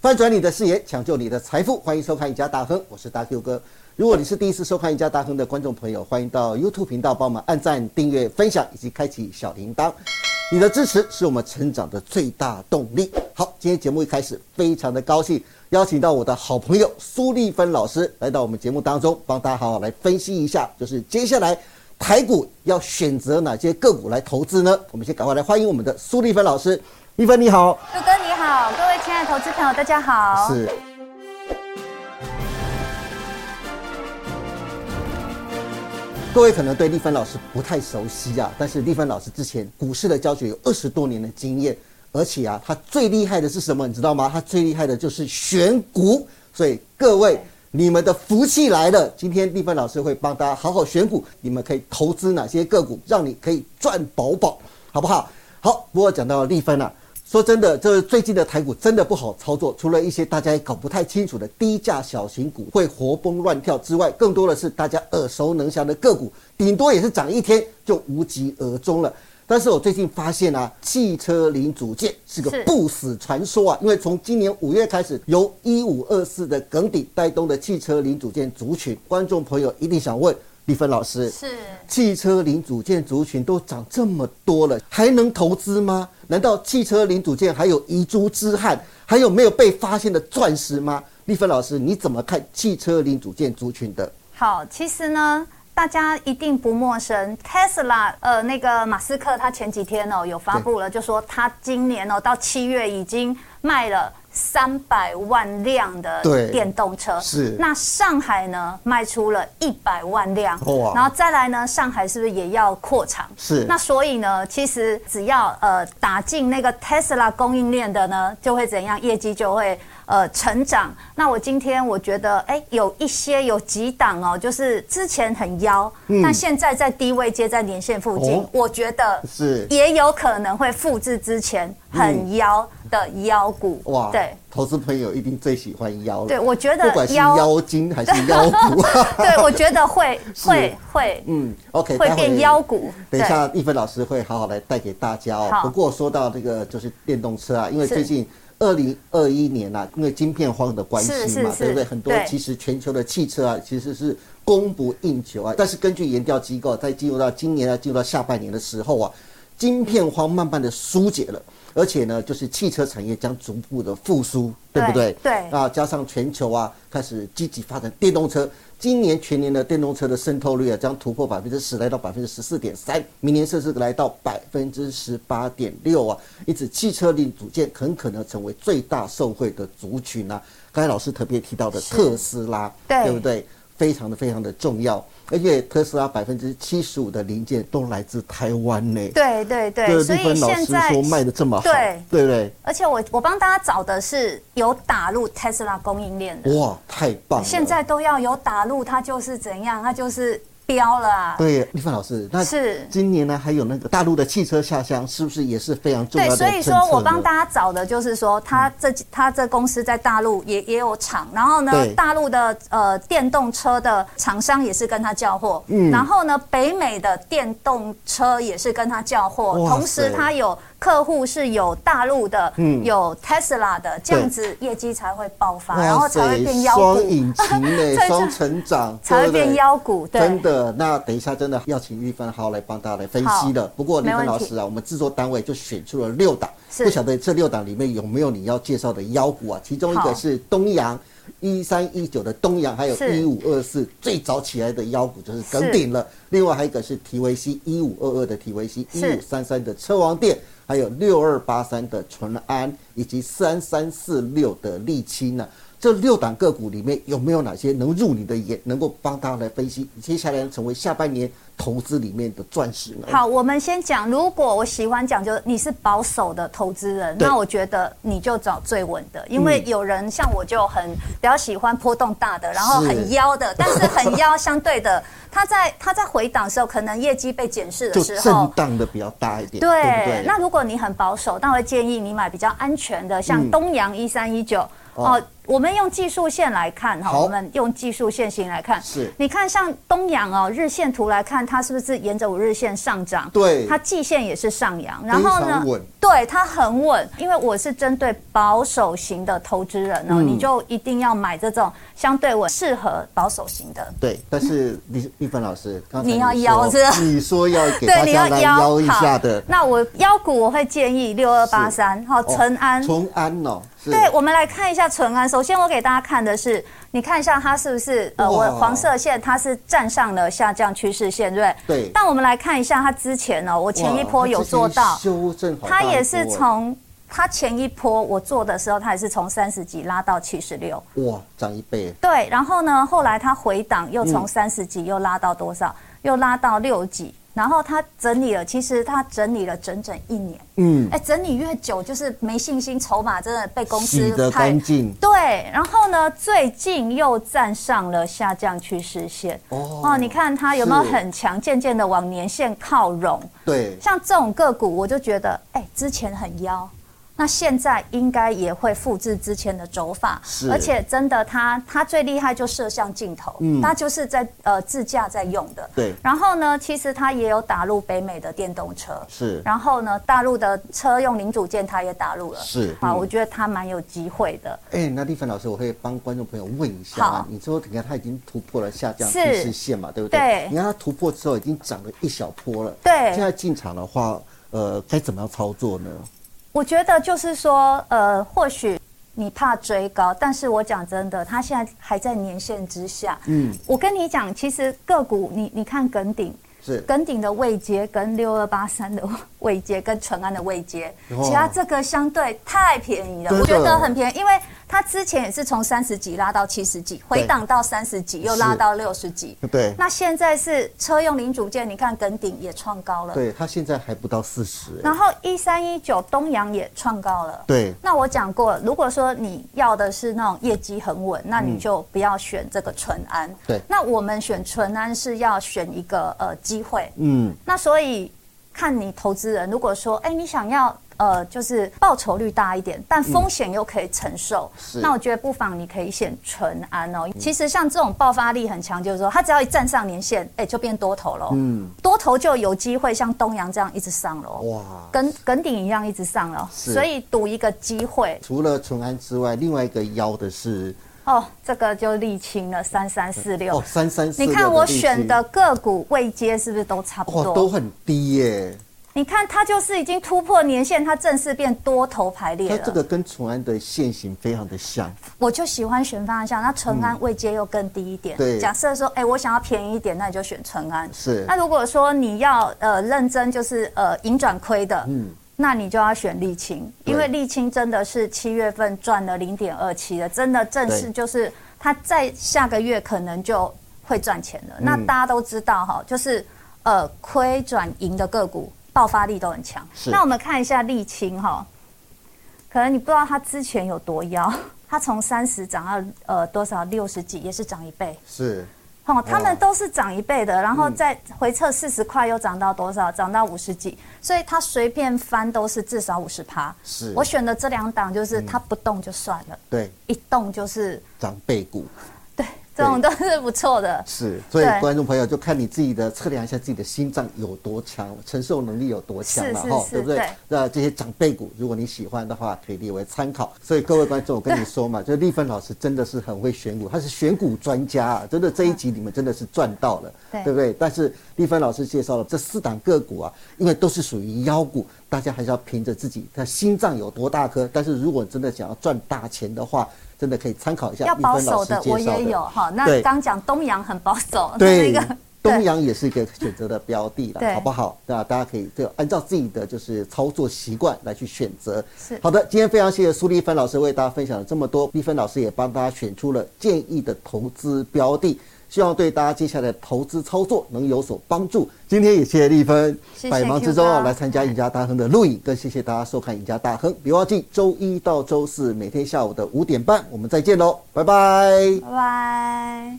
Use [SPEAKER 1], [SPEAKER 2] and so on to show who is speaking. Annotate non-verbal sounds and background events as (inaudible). [SPEAKER 1] 翻转你的视野，抢救你的财富，欢迎收看《一家大亨》，我是大 Q 哥。如果你是第一次收看《一家大亨》的观众朋友，欢迎到 YouTube 频道帮我们按赞、订阅、分享以及开启小铃铛。你的支持是我们成长的最大动力。好，今天节目一开始，非常的高兴邀请到我的好朋友苏丽芬老师来到我们节目当中，帮大家好好来分析一下，就是接下来台股要选择哪些个股来投资呢？我们先赶快来欢迎我们的苏丽芬老师。丽芬你好，
[SPEAKER 2] 杜哥你好，各位亲爱的投资朋友，大家好。
[SPEAKER 1] 是。各位可能对丽芬老师不太熟悉啊，但是丽芬老师之前股市的教学有二十多年的经验，而且啊，她最厉害的是什么？你知道吗？她最厉害的就是选股。所以各位，你们的福气来了，今天丽芬老师会帮大家好好选股，你们可以投资哪些个股，让你可以赚饱饱，好不好？好，不过讲到丽芬啊，说真的，这最近的台股真的不好操作，除了一些大家也搞不太清楚的低价小型股会活蹦乱跳之外，更多的是大家耳熟能详的个股，顶多也是涨一天就无疾而终了。但是我最近发现啊，汽车零组件是个
[SPEAKER 2] 是
[SPEAKER 1] 不死传说啊，因为从今年五月开始，由一五二四的梗底带动的汽车零组件族群，观众朋友一定想问丽芬老师，
[SPEAKER 2] 是
[SPEAKER 1] 汽车零组件族群都涨这么多了，还能投资吗？难道汽车零组件还有遗珠之憾，还有没有被发现的钻石吗？丽芬老师，你怎么看汽车零组件族群的？
[SPEAKER 2] 好，其实呢，大家一定不陌生 Tesla，呃，那个马斯克他前几天哦有发布了，就说他今年哦到七月已经卖了。三百万辆的
[SPEAKER 1] 对
[SPEAKER 2] 电动车
[SPEAKER 1] 是
[SPEAKER 2] 那上海呢卖出了一百万辆，
[SPEAKER 1] 哇
[SPEAKER 2] 然后再来呢，上海是不是也要扩厂？
[SPEAKER 1] 是
[SPEAKER 2] 那所以呢，其实只要呃打进那个 Tesla 供应链的呢，就会怎样，业绩就会呃成长。那我今天我觉得，哎，有一些有几档哦，就是之前很妖，
[SPEAKER 1] 嗯
[SPEAKER 2] 但现在在低位接在年线附近，
[SPEAKER 1] 哦
[SPEAKER 2] 我觉得
[SPEAKER 1] 是
[SPEAKER 2] 也有可能会复制之前很妖的妖股。
[SPEAKER 1] 哇，
[SPEAKER 2] 对，
[SPEAKER 1] 投资朋友一定最喜欢腰了。
[SPEAKER 2] 对，我觉
[SPEAKER 1] 不
[SPEAKER 2] 得
[SPEAKER 1] 管是妖精还是妖股，
[SPEAKER 2] (laughs) 对，我觉得会
[SPEAKER 1] (laughs) 是
[SPEAKER 2] 会会
[SPEAKER 1] 嗯，OK，
[SPEAKER 2] 会
[SPEAKER 1] 待
[SPEAKER 2] 变妖股。
[SPEAKER 1] 等一
[SPEAKER 2] 对
[SPEAKER 1] 下，一芬老师会好好来带给大家哦。
[SPEAKER 2] 好
[SPEAKER 1] 不过说到这个就是电动车啊，因为
[SPEAKER 2] 是
[SPEAKER 1] 最近二零二一年啊，因为晶片荒的关系
[SPEAKER 2] 是是
[SPEAKER 1] 嘛，
[SPEAKER 2] 是
[SPEAKER 1] 对不对？很多
[SPEAKER 2] 对
[SPEAKER 1] 其实全球的汽车啊，其实是供不应求啊。但是根据研调机构，在进入到今年啊，进入到下半年的时候啊，晶片荒慢慢的疏解了。而且呢，就是汽车产业将逐步的复苏，对不对
[SPEAKER 2] 对？对
[SPEAKER 1] 啊，加上全球啊开始积极发展电动车，今年全年的电动车的渗透率啊将突破百分之十，来到百分之十四点三，明年甚至来到百分之十八点六啊！因此，汽车零组件很可能成为最大受惠的族群啊。刚才老师特别提到的
[SPEAKER 2] 是
[SPEAKER 1] 特斯拉，
[SPEAKER 2] 对
[SPEAKER 1] 不对？非常的非常的重要，而且特斯拉百分之七十五的零件都来自台湾呢。
[SPEAKER 2] 对对对，
[SPEAKER 1] 这
[SPEAKER 2] 所
[SPEAKER 1] 丽
[SPEAKER 2] 以
[SPEAKER 1] 芬老
[SPEAKER 2] 现
[SPEAKER 1] 师
[SPEAKER 2] 在
[SPEAKER 1] 说卖的这么好，
[SPEAKER 2] 对
[SPEAKER 1] 对不对？
[SPEAKER 2] 而且我我帮大家找的是有打入 Tesla 供应链的，
[SPEAKER 1] 哇，太棒了！
[SPEAKER 2] 现在都要有打入，它就是怎样，它就是标了啊。
[SPEAKER 1] 对，立范老师，那
[SPEAKER 2] 是
[SPEAKER 1] 今年呢，还有那个大陆的汽车下乡，是不是也是非常重要
[SPEAKER 2] 对，
[SPEAKER 1] 的
[SPEAKER 2] 所以说
[SPEAKER 1] 政策
[SPEAKER 2] 我帮
[SPEAKER 1] 呢
[SPEAKER 2] 大家找的就是说，它这它这公司在大陆也也有厂，然后呢
[SPEAKER 1] 对，
[SPEAKER 2] 大陆的呃电动车的厂商也是跟它叫货，
[SPEAKER 1] 嗯
[SPEAKER 2] 然后呢，北美的电动车也是跟它叫货，
[SPEAKER 1] 哇塞
[SPEAKER 2] 同时它有客户是有大陆的，有 Tesla 的，这样子业绩才会爆发，然后
[SPEAKER 1] 嗯哇
[SPEAKER 2] 才
[SPEAKER 1] 塞，
[SPEAKER 2] 会变妖股
[SPEAKER 1] 双。引擎
[SPEAKER 2] (laughs)
[SPEAKER 1] 嘞，
[SPEAKER 2] 才
[SPEAKER 1] 双成长，
[SPEAKER 2] (laughs) 才会
[SPEAKER 1] 对不对
[SPEAKER 2] 变妖股对
[SPEAKER 1] 真的，那等一下真的要请玉芬好好来帮大家来分析了。
[SPEAKER 2] 好
[SPEAKER 1] 不过李
[SPEAKER 2] 没
[SPEAKER 1] 芬
[SPEAKER 2] 问
[SPEAKER 1] 老
[SPEAKER 2] 题
[SPEAKER 1] 师啊，我们制作单位就选出了六档，
[SPEAKER 2] 是
[SPEAKER 1] 不晓得这六档里面有没有你要介绍的妖股啊？其中一个
[SPEAKER 2] 好
[SPEAKER 1] 是东阳。一三一九的东阳，还有
[SPEAKER 2] 是
[SPEAKER 1] 一五二四最早起来的妖股就是耿鼎了。另外还有一个是 TVC 一五二二的 TVC，一
[SPEAKER 2] 是
[SPEAKER 1] 五三三的车王店，还有六二八三的淳安，以及三三四六的沥青呢。这六档个股里面有没有哪些能入你的眼，能够帮大家来分析接下来成为下半年投资里面的钻石呢？
[SPEAKER 2] 好，我们先讲。如果我喜欢讲，就是你是保守的投资人，
[SPEAKER 1] 对嗯
[SPEAKER 2] 那我觉得你就找最稳的，因为有人像我就很比较喜欢波动大的，然后
[SPEAKER 1] 是
[SPEAKER 2] 很妖的，但是很妖相对的，它在它在回档的时候，可能业绩被检视的
[SPEAKER 1] 就
[SPEAKER 2] 时
[SPEAKER 1] 震
[SPEAKER 2] 候。
[SPEAKER 1] 荡的比较大一点，
[SPEAKER 2] 对，
[SPEAKER 1] 不对？
[SPEAKER 2] 那如果你很保守，那我会建议你买比较安全的，像东阳一三一九
[SPEAKER 1] 嗯哦
[SPEAKER 2] 哦，我们用技术线来看哈，
[SPEAKER 1] 好
[SPEAKER 2] 我们用技术线型来看，
[SPEAKER 1] 是
[SPEAKER 2] 你看像东阳哦，日线图来看，它是不是沿着五日线上涨？
[SPEAKER 1] 对
[SPEAKER 2] 它季线也是上扬，然后呢
[SPEAKER 1] 非常稳，
[SPEAKER 2] 对它很稳，因为我是针对保守型的投资人
[SPEAKER 1] 嗯
[SPEAKER 2] 哦，你就一定要买这种相对稳、适合保守型的。
[SPEAKER 1] 对，但是李立芬老师，刚才
[SPEAKER 2] 你要
[SPEAKER 1] 说
[SPEAKER 2] 邀是吧
[SPEAKER 1] 你说要给
[SPEAKER 2] 对，
[SPEAKER 1] 大
[SPEAKER 2] 你
[SPEAKER 1] 家
[SPEAKER 2] 要
[SPEAKER 1] 来
[SPEAKER 2] 腰
[SPEAKER 1] 邀一下
[SPEAKER 2] 好
[SPEAKER 1] 的，
[SPEAKER 2] 那我腰股我会建议六二八三，好，
[SPEAKER 1] 哦
[SPEAKER 2] 淳安。
[SPEAKER 1] 淳安哦，是
[SPEAKER 2] 对，我们来看一下淳安。首先，我给大家看的是，你看一下它是不是呃，我
[SPEAKER 1] 哇
[SPEAKER 2] 黄色线它是站上了下降趋势线，对不对？
[SPEAKER 1] 对
[SPEAKER 2] 但我们来看一下它之前呢、我前一
[SPEAKER 1] 哇
[SPEAKER 2] 波
[SPEAKER 1] 它
[SPEAKER 2] 有
[SPEAKER 1] 之前
[SPEAKER 2] 做到，
[SPEAKER 1] 修正好大
[SPEAKER 2] 它
[SPEAKER 1] 一波哦，
[SPEAKER 2] 也是从它前一波我做的时候，它也是从三十几拉到七十六。
[SPEAKER 1] 哇涨一倍，
[SPEAKER 2] 对，然后呢，后来它回档又从
[SPEAKER 1] 嗯
[SPEAKER 2] 三十几又拉到多少？又拉到六几。然后它整理了，其实它整理了整整一年。
[SPEAKER 1] 嗯，
[SPEAKER 2] 哎，整理越久，就是没信心，筹码真的被公司
[SPEAKER 1] 洗得
[SPEAKER 2] 派
[SPEAKER 1] 干净
[SPEAKER 2] 对，然后呢，最近又站上了下降趋势线。
[SPEAKER 1] 哦
[SPEAKER 2] 你看它有没有
[SPEAKER 1] 是
[SPEAKER 2] 很强？渐渐的往年线靠拢。
[SPEAKER 1] 对，
[SPEAKER 2] 像这种个股，我就觉得，哎，之前很妖，那现在应该也会复制之前的走法，
[SPEAKER 1] 是
[SPEAKER 2] 而且真的它它最厉害就摄像镜头，
[SPEAKER 1] 嗯
[SPEAKER 2] 它就是在呃自驾在用的，
[SPEAKER 1] 对
[SPEAKER 2] 然后呢，其实它也有打入北美的电动车，
[SPEAKER 1] 是
[SPEAKER 2] 然后呢，大陆的车用零组件它也打入了，
[SPEAKER 1] 是
[SPEAKER 2] 啊，
[SPEAKER 1] 嗯
[SPEAKER 2] 我觉得它蛮有机会的。
[SPEAKER 1] 哎，那立芬老师，我会帮观众朋友问一下
[SPEAKER 2] 好
[SPEAKER 1] 啊，你说你看它已经突破了下降趋
[SPEAKER 2] 是
[SPEAKER 1] 势线嘛，对不对？
[SPEAKER 2] 对
[SPEAKER 1] 你看它突破之后已经涨了一小波了，
[SPEAKER 2] 对
[SPEAKER 1] 现在进场的话，呃，该怎么样操作呢？
[SPEAKER 2] 我觉得就是说，呃，或许你怕追高，但是我讲真的，它现在还在年线之下。嗯，我跟你讲，其实个股，你你看耿鼎，
[SPEAKER 1] 是
[SPEAKER 2] 耿鼎的位阶跟六二八三的位阶跟淳安的位阶，
[SPEAKER 1] 哦
[SPEAKER 2] 其他这个相对太便宜了，
[SPEAKER 1] 真的
[SPEAKER 2] 我觉得很便宜，因为它之前也是从三十几拉到七十几，回档到三十几，又拉
[SPEAKER 1] 是
[SPEAKER 2] 到六十几。
[SPEAKER 1] 对
[SPEAKER 2] 那现在是车用零组件，你看耿鼎也创高了，
[SPEAKER 1] 对，它现在还不到四十，
[SPEAKER 2] 然后一三一九东阳也创高了。
[SPEAKER 1] 对
[SPEAKER 2] 那我讲过，如果说你要的是那种业绩很稳，那你就不要选这个淳安。
[SPEAKER 1] 嗯对
[SPEAKER 2] 那我们选淳安是要选一个呃机会。
[SPEAKER 1] 嗯，
[SPEAKER 2] 那所以看你投资人，如果说哎你想要呃就是报酬率大一点，但风险又可以承受，
[SPEAKER 1] 嗯是
[SPEAKER 2] 那我觉得不妨你可以选淳安哦。其实像这种爆发力很强，就是说它只要一站上年线，哎就变多头了。嗯，多头就有机会像东阳这样一直上楼。
[SPEAKER 1] 哇。
[SPEAKER 2] 跟跟顶一样一直上了，哦
[SPEAKER 1] 是
[SPEAKER 2] 所以赌一个机会
[SPEAKER 1] 除了淳安之外，另外一个邀的是
[SPEAKER 2] 哦，这个就沥青了三三四六
[SPEAKER 1] 哦。三三四。
[SPEAKER 2] 你看我选的个股位阶是不是都差不
[SPEAKER 1] 哇哦都
[SPEAKER 2] 多？
[SPEAKER 1] 很低耶，
[SPEAKER 2] 你看它就是已经突破年线，它正式变多头排列
[SPEAKER 1] 它
[SPEAKER 2] 了。
[SPEAKER 1] 这个跟淳安的线型非常的像，
[SPEAKER 2] 我就喜欢选方向，那淳安位阶又更低一点。
[SPEAKER 1] 对
[SPEAKER 2] 假设说，哎、我想要便宜一点，那你就选淳安。
[SPEAKER 1] 是
[SPEAKER 2] 那如果说你要呃认真，就是呃盈转亏的，嗯。那你就要选沥青，因为沥青真的是七月份赚了零点二七的，真的正式
[SPEAKER 1] 对
[SPEAKER 2] 就是它在下个月可能就会赚钱
[SPEAKER 1] 嗯
[SPEAKER 2] 了。那大家都知道哈，就是呃亏转盈的个股爆发力都很强。
[SPEAKER 1] 是
[SPEAKER 2] 那我们看一下沥青哈，可能你不知道它之前有多妖， (laughs) 它从三十涨到呃多少六十几，也是涨一倍。
[SPEAKER 1] 是
[SPEAKER 2] 哦，他们都是涨一倍的，然后
[SPEAKER 1] 嗯
[SPEAKER 2] 再回撤四十块，又涨到多少？涨到五十几，所以它随便翻都是至少五十趴。
[SPEAKER 1] 是嗯
[SPEAKER 2] 我选的这两档就是它不动就算了，
[SPEAKER 1] 对
[SPEAKER 2] 一动就是
[SPEAKER 1] 长辈股
[SPEAKER 2] 对，这种都是不错的。
[SPEAKER 1] 是，所以
[SPEAKER 2] 对
[SPEAKER 1] 观众朋友就看你自己的测量一下自己的心脏有多强，承受能力有多强了
[SPEAKER 2] 是是
[SPEAKER 1] 哈，
[SPEAKER 2] 是
[SPEAKER 1] 对不对
[SPEAKER 2] 对？
[SPEAKER 1] 那这些长辈股，如果你喜欢的话，可以列为参考。所以各位观众，我跟你说
[SPEAKER 2] (laughs)
[SPEAKER 1] 嘛，就丽芬老师真的是很会选股，他是选股专家啊，真的这一集你们真的是赚到了，
[SPEAKER 2] 对
[SPEAKER 1] 对不对？但是丽芬老师介绍了这四档个股啊，因为都是属于妖股，大家还是要凭着自己的心脏有多大颗。但是如果真的想要赚大钱的话，真的可以参考一下
[SPEAKER 2] 要
[SPEAKER 1] 丽
[SPEAKER 2] 保
[SPEAKER 1] 芬老
[SPEAKER 2] 守
[SPEAKER 1] 师
[SPEAKER 2] 的
[SPEAKER 1] 介
[SPEAKER 2] 我
[SPEAKER 1] 绍
[SPEAKER 2] 也
[SPEAKER 1] 的。
[SPEAKER 2] 有哈，那
[SPEAKER 1] 对
[SPEAKER 2] 刚讲东阳很保守，
[SPEAKER 1] 对
[SPEAKER 2] 哦 (laughs) 那个，
[SPEAKER 1] 东
[SPEAKER 2] 对
[SPEAKER 1] 阳也是一个选择的标的
[SPEAKER 2] 对
[SPEAKER 1] 了，好不好？那大家可以就按照自己的就是操作习惯来去选择。
[SPEAKER 2] 是
[SPEAKER 1] 好的，今天非常谢谢苏立芬老师为大家分享了这么多，立芬老师也帮大家选出了建议的投资标的，希望对大家接下来的投资操作能有所帮助。今天也谢谢立芬，
[SPEAKER 2] 谢谢
[SPEAKER 1] 百忙之
[SPEAKER 2] Q
[SPEAKER 1] 中啊
[SPEAKER 2] 哥
[SPEAKER 1] 来参加赢家大亨的录影，更谢谢大家收看赢家大亨。别忘记周一到周四每天下午的五点半，我们再见喽，拜拜。
[SPEAKER 2] 拜拜。